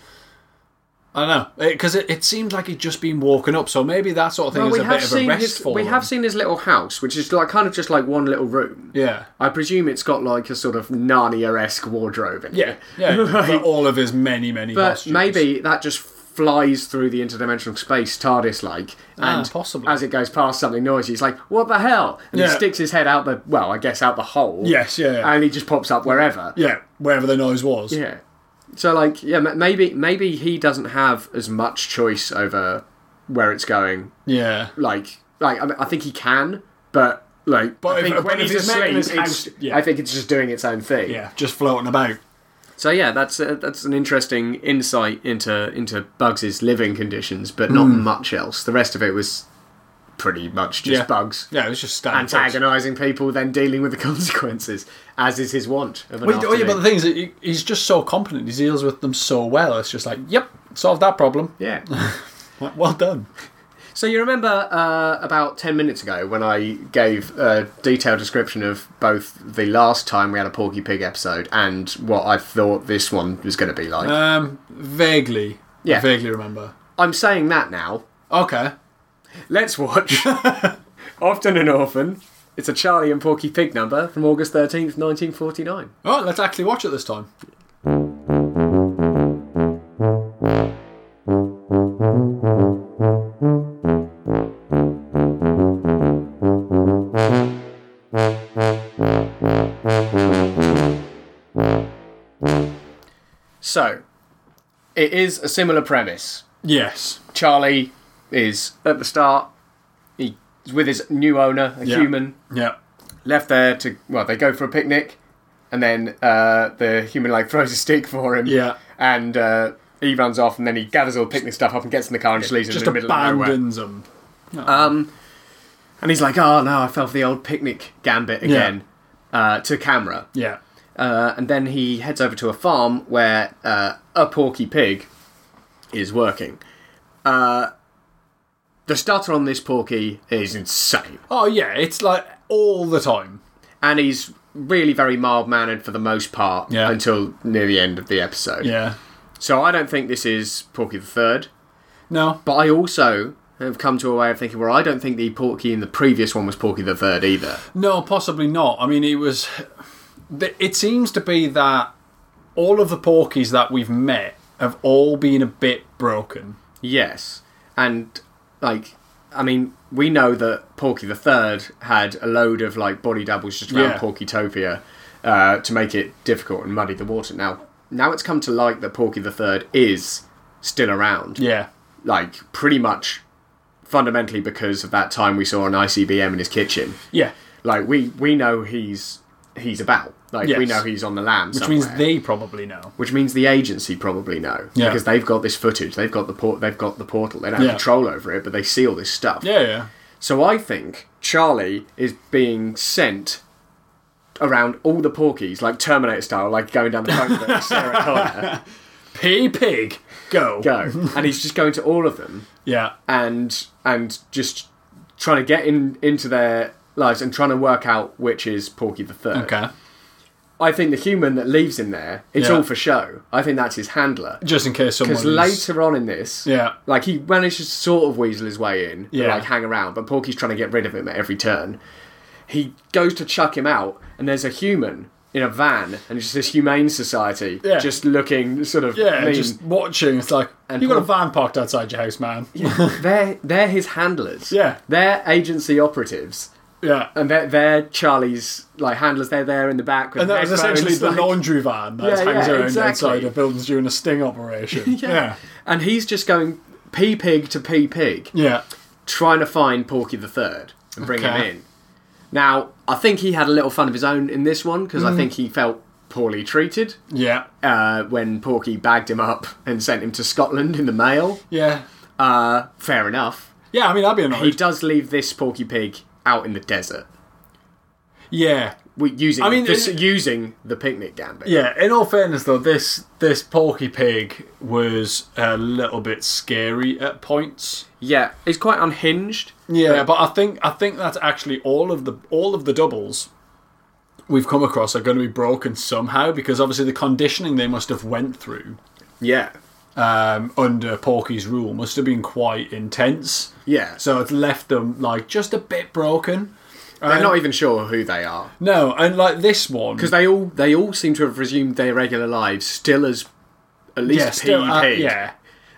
Speaker 2: I don't know because it, it seems like he'd just been walking up, so maybe that sort of thing
Speaker 1: Well, we
Speaker 2: is a
Speaker 1: have
Speaker 2: bit of a
Speaker 1: seen
Speaker 2: rest
Speaker 1: his
Speaker 2: for
Speaker 1: we
Speaker 2: them.
Speaker 1: have seen his little house, which is like kind of just like one little room.
Speaker 2: Yeah,
Speaker 1: I presume it's got like a sort of Narnia-esque wardrobe in
Speaker 2: yeah,
Speaker 1: it.
Speaker 2: yeah.
Speaker 1: Like-
Speaker 2: for all of his many, many.
Speaker 1: But
Speaker 2: costumes.
Speaker 1: maybe that just flies through the interdimensional space TARDIS like
Speaker 2: Ah,
Speaker 1: and
Speaker 2: possibly.
Speaker 1: as it goes past something noisy he's like what the hell and
Speaker 2: Yeah.
Speaker 1: he sticks his head out the well I guess out the hole
Speaker 2: Yes, yeah, yeah.
Speaker 1: and he just pops up wherever
Speaker 2: yeah, wherever the noise was.
Speaker 1: yeah so like yeah ma- maybe maybe he doesn't have as much choice over where it's going
Speaker 2: yeah.
Speaker 1: like like I, mean, I think he can but like
Speaker 2: But
Speaker 1: I
Speaker 2: if-
Speaker 1: think
Speaker 2: but
Speaker 1: when
Speaker 2: if
Speaker 1: he's
Speaker 2: he's
Speaker 1: asleep
Speaker 2: making his
Speaker 1: it's,
Speaker 2: house- yeah.
Speaker 1: I think it's just doing its own thing
Speaker 2: Yeah, just floating about.
Speaker 1: so yeah, that's uh, that's an interesting insight into into Bugs's living conditions, but not
Speaker 2: Hmm.
Speaker 1: much else. The rest of it was pretty much just
Speaker 2: Yeah.
Speaker 1: Bugs
Speaker 2: Yeah, it was just standing.
Speaker 1: antagonising people, then dealing with the consequences, as is his want. Of an
Speaker 2: Wait, oh yeah,
Speaker 1: afternoon.
Speaker 2: but the thing is, that he- he's just so competent. He deals with them so well. It's just like, yep, solved that problem.
Speaker 1: yeah.
Speaker 2: Well- Well done.
Speaker 1: so you remember uh, about ten minutes ago when I gave a detailed description of both the last time we had a Porky Pig episode and what I thought this one was going to be like.
Speaker 2: Um, vaguely.
Speaker 1: Yeah.
Speaker 2: I vaguely remember.
Speaker 1: I'm saying that now.
Speaker 2: Okay.
Speaker 1: Let's watch Often an Orphan. It's a Charlie and Porky Pig number from August 13th, 1949.
Speaker 2: Oh, let's actually watch it this time.
Speaker 1: So, it is a similar premise.
Speaker 2: Yes.
Speaker 1: Charlie is at the start, he's with his new owner, a
Speaker 2: Yeah.
Speaker 1: human,
Speaker 2: Yeah.
Speaker 1: left there to, well, they go for a picnic, and then uh, the human, like, throws a stick for him.
Speaker 2: Yeah.
Speaker 1: And uh, he runs off, and then he gathers all the picnic stuff up and gets in the car and just leaves him in
Speaker 2: Just
Speaker 1: the middle of nowhere.
Speaker 2: abandons them.
Speaker 1: Um, and he's like, "Oh no, I fell for the old picnic gambit again." Uh, to camera,
Speaker 2: Yeah.
Speaker 1: uh, and then he heads over to a farm where uh, a porky pig is working. Uh, the stutter on this porky is insane,
Speaker 2: Oh yeah, it's like all the time.
Speaker 1: and he's really very mild mannered for the most part
Speaker 2: Yeah.
Speaker 1: until near the end of the episode.
Speaker 2: Yeah.
Speaker 1: So I don't think this is Porky the Third,
Speaker 2: No.
Speaker 1: but I also have come to a way of thinking where I don't think the porky in the previous one was Porky the Third either.
Speaker 2: No, possibly not. I mean, it was. th- It seems to be that all of the porkies that we've met have all been a bit broken.
Speaker 1: Yes, and like I mean, we know that Porky the Third had a load of like body doubles just around
Speaker 2: Yeah.
Speaker 1: Porkytopia uh, to make it difficult and muddy the water. Now, now it's come to light that Porky the Third is still around,
Speaker 2: Yeah.
Speaker 1: like pretty much fundamentally because of that time we saw an ICBM in his kitchen.
Speaker 2: Yeah.
Speaker 1: Like we we know he's he's about. Like we
Speaker 2: Yes.
Speaker 1: know he's on the lam,
Speaker 2: Which means they probably know.
Speaker 1: which means the agency probably know
Speaker 2: Yeah.
Speaker 1: because they've got this footage, they've got the port, they've got the portal. They don't
Speaker 2: Yeah.
Speaker 1: have control over it, but they see all this stuff.
Speaker 2: Yeah. Yeah.
Speaker 1: So I think Charlie is being sent around all the porkies, like Terminator style, like going down the phone book, Sarah Connor,
Speaker 2: P pig, go
Speaker 1: go, and he's just going to all of them
Speaker 2: Yeah.
Speaker 1: and and just trying to get in into their lives and trying to work out which is Porky the Third.
Speaker 2: Okay.
Speaker 1: I think the human that leaves him there, it's
Speaker 2: Yeah.
Speaker 1: all for show. I think that's his handler.
Speaker 2: just in case someone.
Speaker 1: Because later on in this,
Speaker 2: Yeah.
Speaker 1: like he manages to sort of weasel his way in, but,
Speaker 2: Yeah.
Speaker 1: like hang around. But Porky's trying to get rid of him at every turn. He goes to chuck him out, and there's a human in a van, and it's this humane society,
Speaker 2: Yeah.
Speaker 1: just looking sort of
Speaker 2: Yeah,
Speaker 1: mean.
Speaker 2: just watching. It's like
Speaker 1: And
Speaker 2: you got a
Speaker 1: Paul-
Speaker 2: van parked outside your house, man. Yeah,
Speaker 1: they're they're his handlers.
Speaker 2: Yeah.
Speaker 1: they're agency operatives. And they're, they're Charlie's like handlers. They're there in the back. With
Speaker 2: and that was
Speaker 1: headphones,
Speaker 2: essentially the
Speaker 1: like-
Speaker 2: laundry van that
Speaker 1: Yeah,
Speaker 2: hangs
Speaker 1: yeah,
Speaker 2: around
Speaker 1: exactly.
Speaker 2: outside of buildings during a sting operation. yeah.
Speaker 1: And he's just going pea pig to pea pig,
Speaker 2: yeah,
Speaker 1: trying to find Porky the Third and bring
Speaker 2: Okay.
Speaker 1: him in. Now, I think he had a little fun of his own in this one because I
Speaker 2: Mm-hmm.
Speaker 1: think he felt poorly treated
Speaker 2: yeah,
Speaker 1: uh, when Porky bagged him up and sent him to Scotland in the mail.
Speaker 2: yeah,
Speaker 1: Uh, fair enough.
Speaker 2: yeah. I mean, I'd be
Speaker 1: He
Speaker 2: annoyed.
Speaker 1: does leave this Porky Pig out in the desert.
Speaker 2: yeah,
Speaker 1: We- Using, I
Speaker 2: mean,
Speaker 1: mean, this,
Speaker 2: it-
Speaker 1: using the picnic gambit.
Speaker 2: yeah. In all fairness, though, this this Porky Pig was a little bit scary at points.
Speaker 1: yeah, he's quite unhinged.
Speaker 2: Yeah, but I think I think that's actually all of the all of the doubles we've come across are going to be broken somehow because obviously the conditioning they must have went through
Speaker 1: Yeah,
Speaker 2: um, under Porky's rule must have been quite intense.
Speaker 1: yeah. So
Speaker 2: So it's left them like just a bit broken.
Speaker 1: they're not even sure who they are.
Speaker 2: No, and like this one
Speaker 1: because they all they all seem to have resumed their regular lives still as at least E
Speaker 2: yeah, still,
Speaker 1: pea
Speaker 2: uh,
Speaker 1: pig.
Speaker 2: yeah,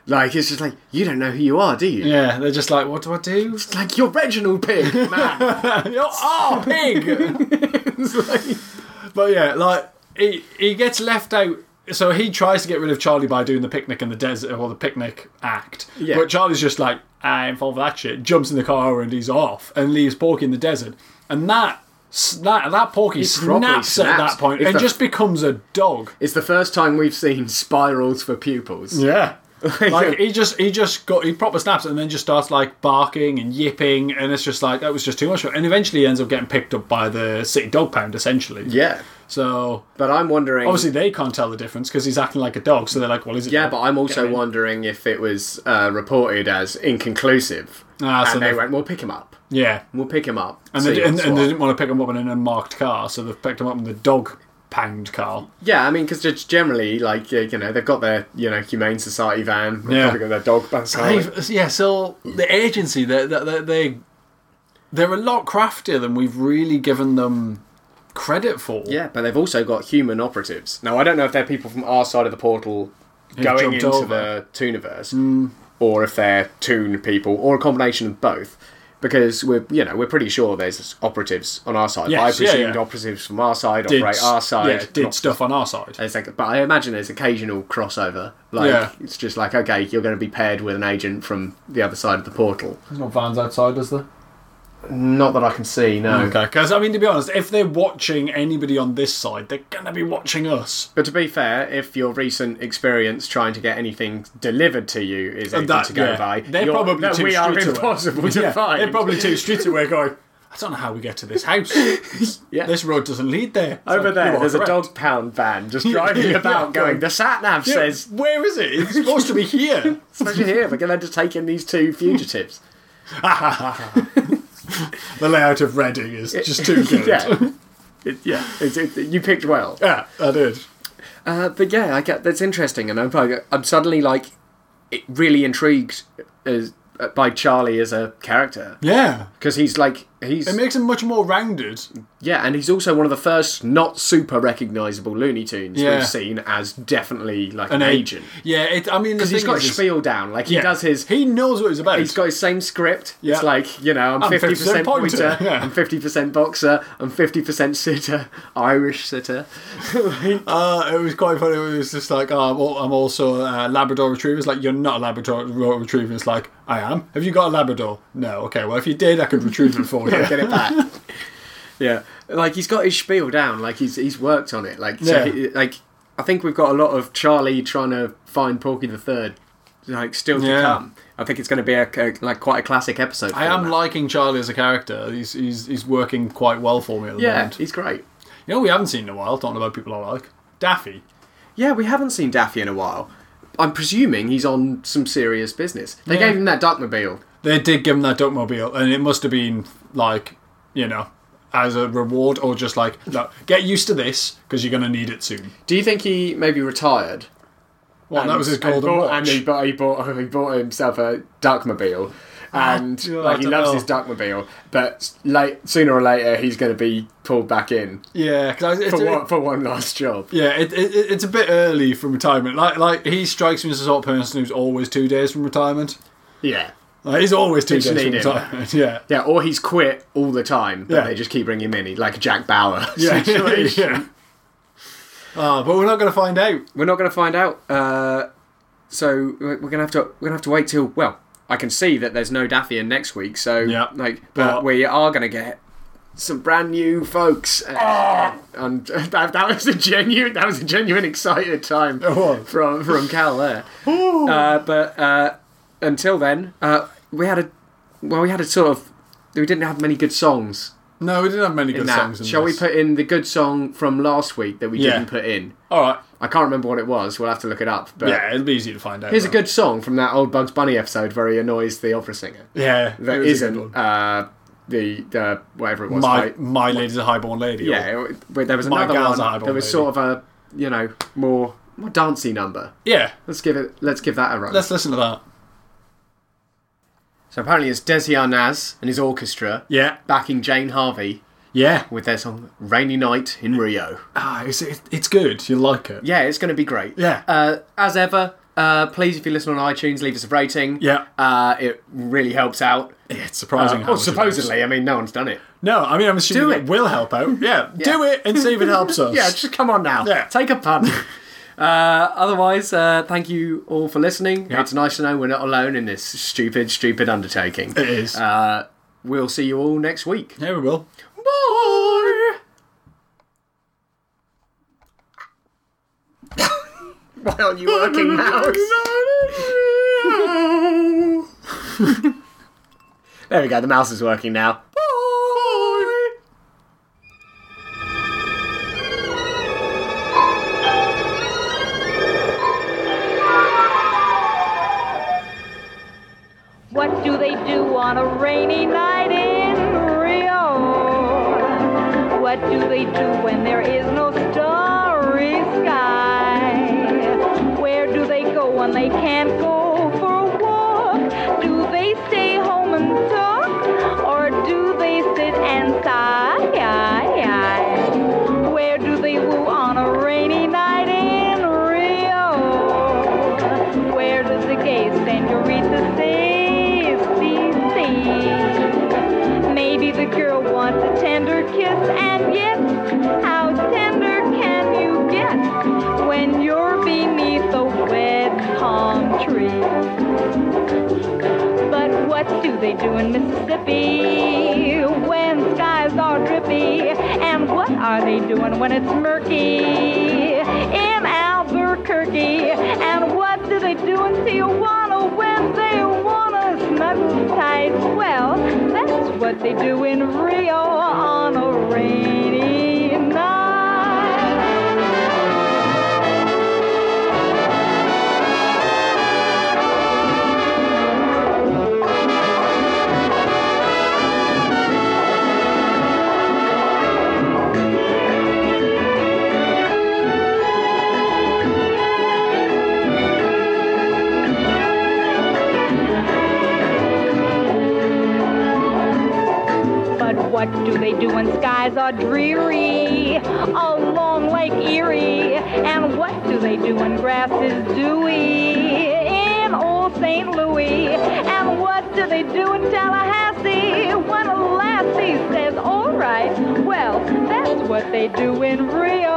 Speaker 1: Like it's just like you don't know who you are, do you?
Speaker 2: yeah. They're just like, what do I do?
Speaker 1: It's Like you're Reginald Pig, man.
Speaker 2: You're oh, pig. but yeah, like he he gets left out. So he tries to get rid of Charlie by doing the picnic in the desert or the picnic act.
Speaker 1: Yeah.
Speaker 2: But Charlie's just like, I ain't involved with that shit. Jumps in the car and he's off and leaves Porky in the desert. And that s- that that Porky
Speaker 1: properly
Speaker 2: snaps, at
Speaker 1: snaps.
Speaker 2: that point
Speaker 1: It's
Speaker 2: and
Speaker 1: the-
Speaker 2: just becomes a dog.
Speaker 1: it's the first time we've seen spirals for pupils.
Speaker 2: Yeah. like he just he just got he proper snaps and then just starts like barking and yipping and it's just like that was just too much for him. and eventually he ends up getting picked up by the city dog pound essentially
Speaker 1: Yeah,
Speaker 2: so
Speaker 1: but I'm wondering.
Speaker 2: obviously they can't tell the difference because he's acting like a dog so they're like well is it
Speaker 1: yeah, but I'm also
Speaker 2: Yeah.
Speaker 1: wondering if it was uh, reported as inconclusive,
Speaker 2: Ah, so
Speaker 1: and they
Speaker 2: they've-
Speaker 1: went, "We'll pick him up.
Speaker 2: yeah
Speaker 1: We'll pick him up."
Speaker 2: and
Speaker 1: see
Speaker 2: they, and,
Speaker 1: what's
Speaker 2: and they
Speaker 1: what."
Speaker 2: didn't want to pick him up in an unmarked car so they've picked him up in the dog pound car
Speaker 1: Yeah, I mean, because generally, like you know, they've got their you know humane society van, they've
Speaker 2: Yeah.
Speaker 1: probably got their dog back.
Speaker 2: They've- yeah, so the agency, they they they they're a lot craftier than we've really given them credit for.
Speaker 1: Yeah, but they've also got human operatives. Now, I don't know if they're people from our side of the portal going
Speaker 2: jumped
Speaker 1: into
Speaker 2: over. Mm.
Speaker 1: the Tooniverse, or if they're Toon people, or a combination of both. Because we're, you know, we're pretty sure there's operatives on our side.
Speaker 2: Yes,
Speaker 1: I
Speaker 2: yeah,
Speaker 1: presumed
Speaker 2: yeah.
Speaker 1: operatives from our side
Speaker 2: did
Speaker 1: operate our side.
Speaker 2: Yeah, did
Speaker 1: not-
Speaker 2: stuff on our side.
Speaker 1: it's like- but I imagine there's occasional crossover. Like
Speaker 2: Yeah.
Speaker 1: it's just like, okay, you're going to be paired with an agent from the other side of the portal.
Speaker 2: There's no vans outside, is there?
Speaker 1: Not that I can see, no.
Speaker 2: Okay, because I mean, to be honest, if they're watching anybody on this side, they're gonna be watching us.
Speaker 1: But to be fair, if your recent experience trying to get anything delivered to you is anything
Speaker 2: Uh, that-
Speaker 1: to go
Speaker 2: yeah.
Speaker 1: by,
Speaker 2: They're
Speaker 1: you're-
Speaker 2: probably
Speaker 1: that
Speaker 2: two
Speaker 1: we are
Speaker 2: streets away.
Speaker 1: impossible to
Speaker 2: Yeah,
Speaker 1: find.
Speaker 2: they're probably two streets away going. I don't know how we get to this house.
Speaker 1: Yeah.
Speaker 2: This road doesn't lead there.
Speaker 1: over
Speaker 2: It's like, you
Speaker 1: there.
Speaker 2: are
Speaker 1: There's a
Speaker 2: correct.
Speaker 1: dog pound van just driving
Speaker 2: Yeah,
Speaker 1: about, going.
Speaker 2: going-
Speaker 1: The sat nav
Speaker 2: Yeah,
Speaker 1: says,
Speaker 2: where is it? It's supposed to be here.
Speaker 1: "Especially here, we're going to take in these two fugitives."
Speaker 2: The layout of Reading is just too good.
Speaker 1: yeah,
Speaker 2: It- yeah.
Speaker 1: it's, it, you picked well.
Speaker 2: Yeah, I did.
Speaker 1: Uh, but yeah, I get that's interesting, and I'm probably, I'm suddenly like it- really intrigued as, by Charlie as a character
Speaker 2: Yeah.
Speaker 1: because he's like he's
Speaker 2: It makes him much more rounded.
Speaker 1: Yeah, and he's also one of the first not super recognisable Looney Tunes
Speaker 2: Yeah.
Speaker 1: we've seen as definitely like an,
Speaker 2: An
Speaker 1: agent.
Speaker 2: Yeah, it, I mean, the
Speaker 1: Because he's
Speaker 2: thing
Speaker 1: got
Speaker 2: is-
Speaker 1: his spiel down. Like he
Speaker 2: yeah,
Speaker 1: does his.
Speaker 2: He knows what he's about.
Speaker 1: He's got his same script.
Speaker 2: Yeah.
Speaker 1: It's like you know, I'm fifty
Speaker 2: 50%
Speaker 1: percent pointer,
Speaker 2: pointer, yeah.
Speaker 1: I'm fifty percent boxer, I'm fifty percent sitter, Irish sitter.
Speaker 2: Uh, it was quite funny. It was just like, oh, well, I'm also a Labrador Retriever. It's like, you're not a Labrador Retriever. It's like, I am. Have you got a Labrador? No. Okay, well, if you did, I could retrieve it for you.
Speaker 1: Get it back. yeah, like he's got his spiel down. Like he's he's worked on it. Like so
Speaker 2: Yeah.
Speaker 1: he- like I think we've got a lot of Charlie trying to find Porky the Third. Like still to
Speaker 2: Yeah.
Speaker 1: come. I think it's going to be a, a- like quite a classic episode.
Speaker 2: I am
Speaker 1: format.
Speaker 2: liking Charlie as a character. He's, he's, he's working quite well for me at the
Speaker 1: Yeah,
Speaker 2: moment.
Speaker 1: he's great.
Speaker 2: You know, we haven't seen in a while, talking about people I like. Daffy.
Speaker 1: Yeah, we haven't seen Daffy in a while. I'm presuming he's on some serious business. They
Speaker 2: Yeah.
Speaker 1: gave him that Duckmobile.
Speaker 2: They did give him that Duckmobile, and it must have been like, you know, as a reward, or just like, no, get used to this because you're going to need it soon.
Speaker 1: Do you think he maybe retired?
Speaker 2: Well,
Speaker 1: And-
Speaker 2: Oh, that was his
Speaker 1: and he
Speaker 2: golden
Speaker 1: bought,
Speaker 2: watch.
Speaker 1: And he bought, he bought, he bought himself a Duckmobile. And
Speaker 2: Ah, God,
Speaker 1: like he
Speaker 2: I don't
Speaker 1: loves
Speaker 2: know.
Speaker 1: his Duckmobile, but late, sooner or later he's going to be pulled back in
Speaker 2: yeah, because it's,
Speaker 1: for
Speaker 2: it-
Speaker 1: one, for one last job.
Speaker 2: yeah, it, it, it- it's a bit early from retirement. Like, like he strikes me as the sort of person who's always two days from retirement.
Speaker 1: Yeah,
Speaker 2: Like, he's always two
Speaker 1: They just
Speaker 2: days from
Speaker 1: need him.
Speaker 2: retirement. Yeah.
Speaker 1: yeah. Or he's quit all the time, but
Speaker 2: Yeah.
Speaker 1: they just keep bringing him in, He's like a Jack Bauer
Speaker 2: Yeah.
Speaker 1: situation.
Speaker 2: yeah. Ah, but we're not going to find out.
Speaker 1: We're not going to find out. Uh, so we're going to have to we're going to have to wait till well, I can see that there's no Daffy in next week. So
Speaker 2: Yeah.
Speaker 1: like, but
Speaker 2: But-
Speaker 1: we are going to get some brand new folks, uh, and that, that was a genuine that was a genuine excited time
Speaker 2: It was.
Speaker 1: from from Cal there. Uh, but uh, until then, uh, we had a well, we had a sort of we didn't have many good songs.
Speaker 2: No, we didn't have many good
Speaker 1: in that.
Speaker 2: songs. In
Speaker 1: Shall
Speaker 2: this.
Speaker 1: we put in the good song from last week that we
Speaker 2: Yeah.
Speaker 1: didn't put in?
Speaker 2: All right.
Speaker 1: I can't remember what it was. We'll have to look it up. But
Speaker 2: Yeah, it'll be easy to find out.
Speaker 1: here's a
Speaker 2: though.
Speaker 1: good song from that old Bugs Bunny episode where he annoys the opera singer.
Speaker 2: Yeah,
Speaker 1: That
Speaker 2: it was a good
Speaker 1: isn't
Speaker 2: one.
Speaker 1: uh, the uh, whatever it was.
Speaker 2: my
Speaker 1: right?
Speaker 2: my lady's a highborn lady. or-
Speaker 1: yeah, it- but there was
Speaker 2: My
Speaker 1: another
Speaker 2: gal's
Speaker 1: one.
Speaker 2: eyeball
Speaker 1: There was
Speaker 2: lady.
Speaker 1: sort of a you know more more dancey number.
Speaker 2: yeah.
Speaker 1: Let's give it. Let's give that a run.
Speaker 2: Let's listen to that.
Speaker 1: so apparently it's Desi Arnaz and his orchestra
Speaker 2: Yeah,
Speaker 1: backing Jane Harvey
Speaker 2: yeah.
Speaker 1: with their song "Rainy Night in Rio."
Speaker 2: Ah, it's it, it's good. You like it?
Speaker 1: Yeah, it's going to be great.
Speaker 2: Yeah.
Speaker 1: Uh, as ever, uh, please if you listen on iTunes, leave us a rating.
Speaker 2: Yeah.
Speaker 1: Uh, it really helps out.
Speaker 2: It's surprising. how
Speaker 1: Well,
Speaker 2: much it
Speaker 1: Uh, oh, supposedly. I mean, no one's done it.
Speaker 2: helps. No, I mean I'm assuming
Speaker 1: Do
Speaker 2: it.
Speaker 1: it.
Speaker 2: will help out. Yeah, do it and see if it helps us.
Speaker 1: Yeah, just come on now.
Speaker 2: Yeah.
Speaker 1: Take a pun. Uh, otherwise, uh, thank you all for listening. It's nice to know we're not alone in this stupid, stupid undertaking.
Speaker 2: it is.
Speaker 1: Uh, we'll see you all next week.
Speaker 2: yeah, we will.
Speaker 1: Bye. Why aren't you working, mouse? there we go. The mouse is working now. Bye.
Speaker 3: What do they do on a rainy night in Rio? What do they do when there is no starry sky? Where do they go when they can't go for a walk? Do they stay home and talk? Or do they sit and sigh? Where do they woo on a rainy night in Rio? Where does the gay senorita say, see, see? Maybe the girl wants a tender kiss, and yet, how tender can you get when you're beneath a wet palm tree? But what do they do in Mississippi when skies are drippy? And what are they doing when it's murky in Albuquerque? And what do they do in Tijuana when they want to snuggle tight? Well, that's what they do in Rio on a rainy night. But what do they do when skies are dreary along Lake Erie? And what do they do when grass is dewy in old St. Louis? And what do they do in Tallahassee when a lassie says, all right, well, that's what they do in Rio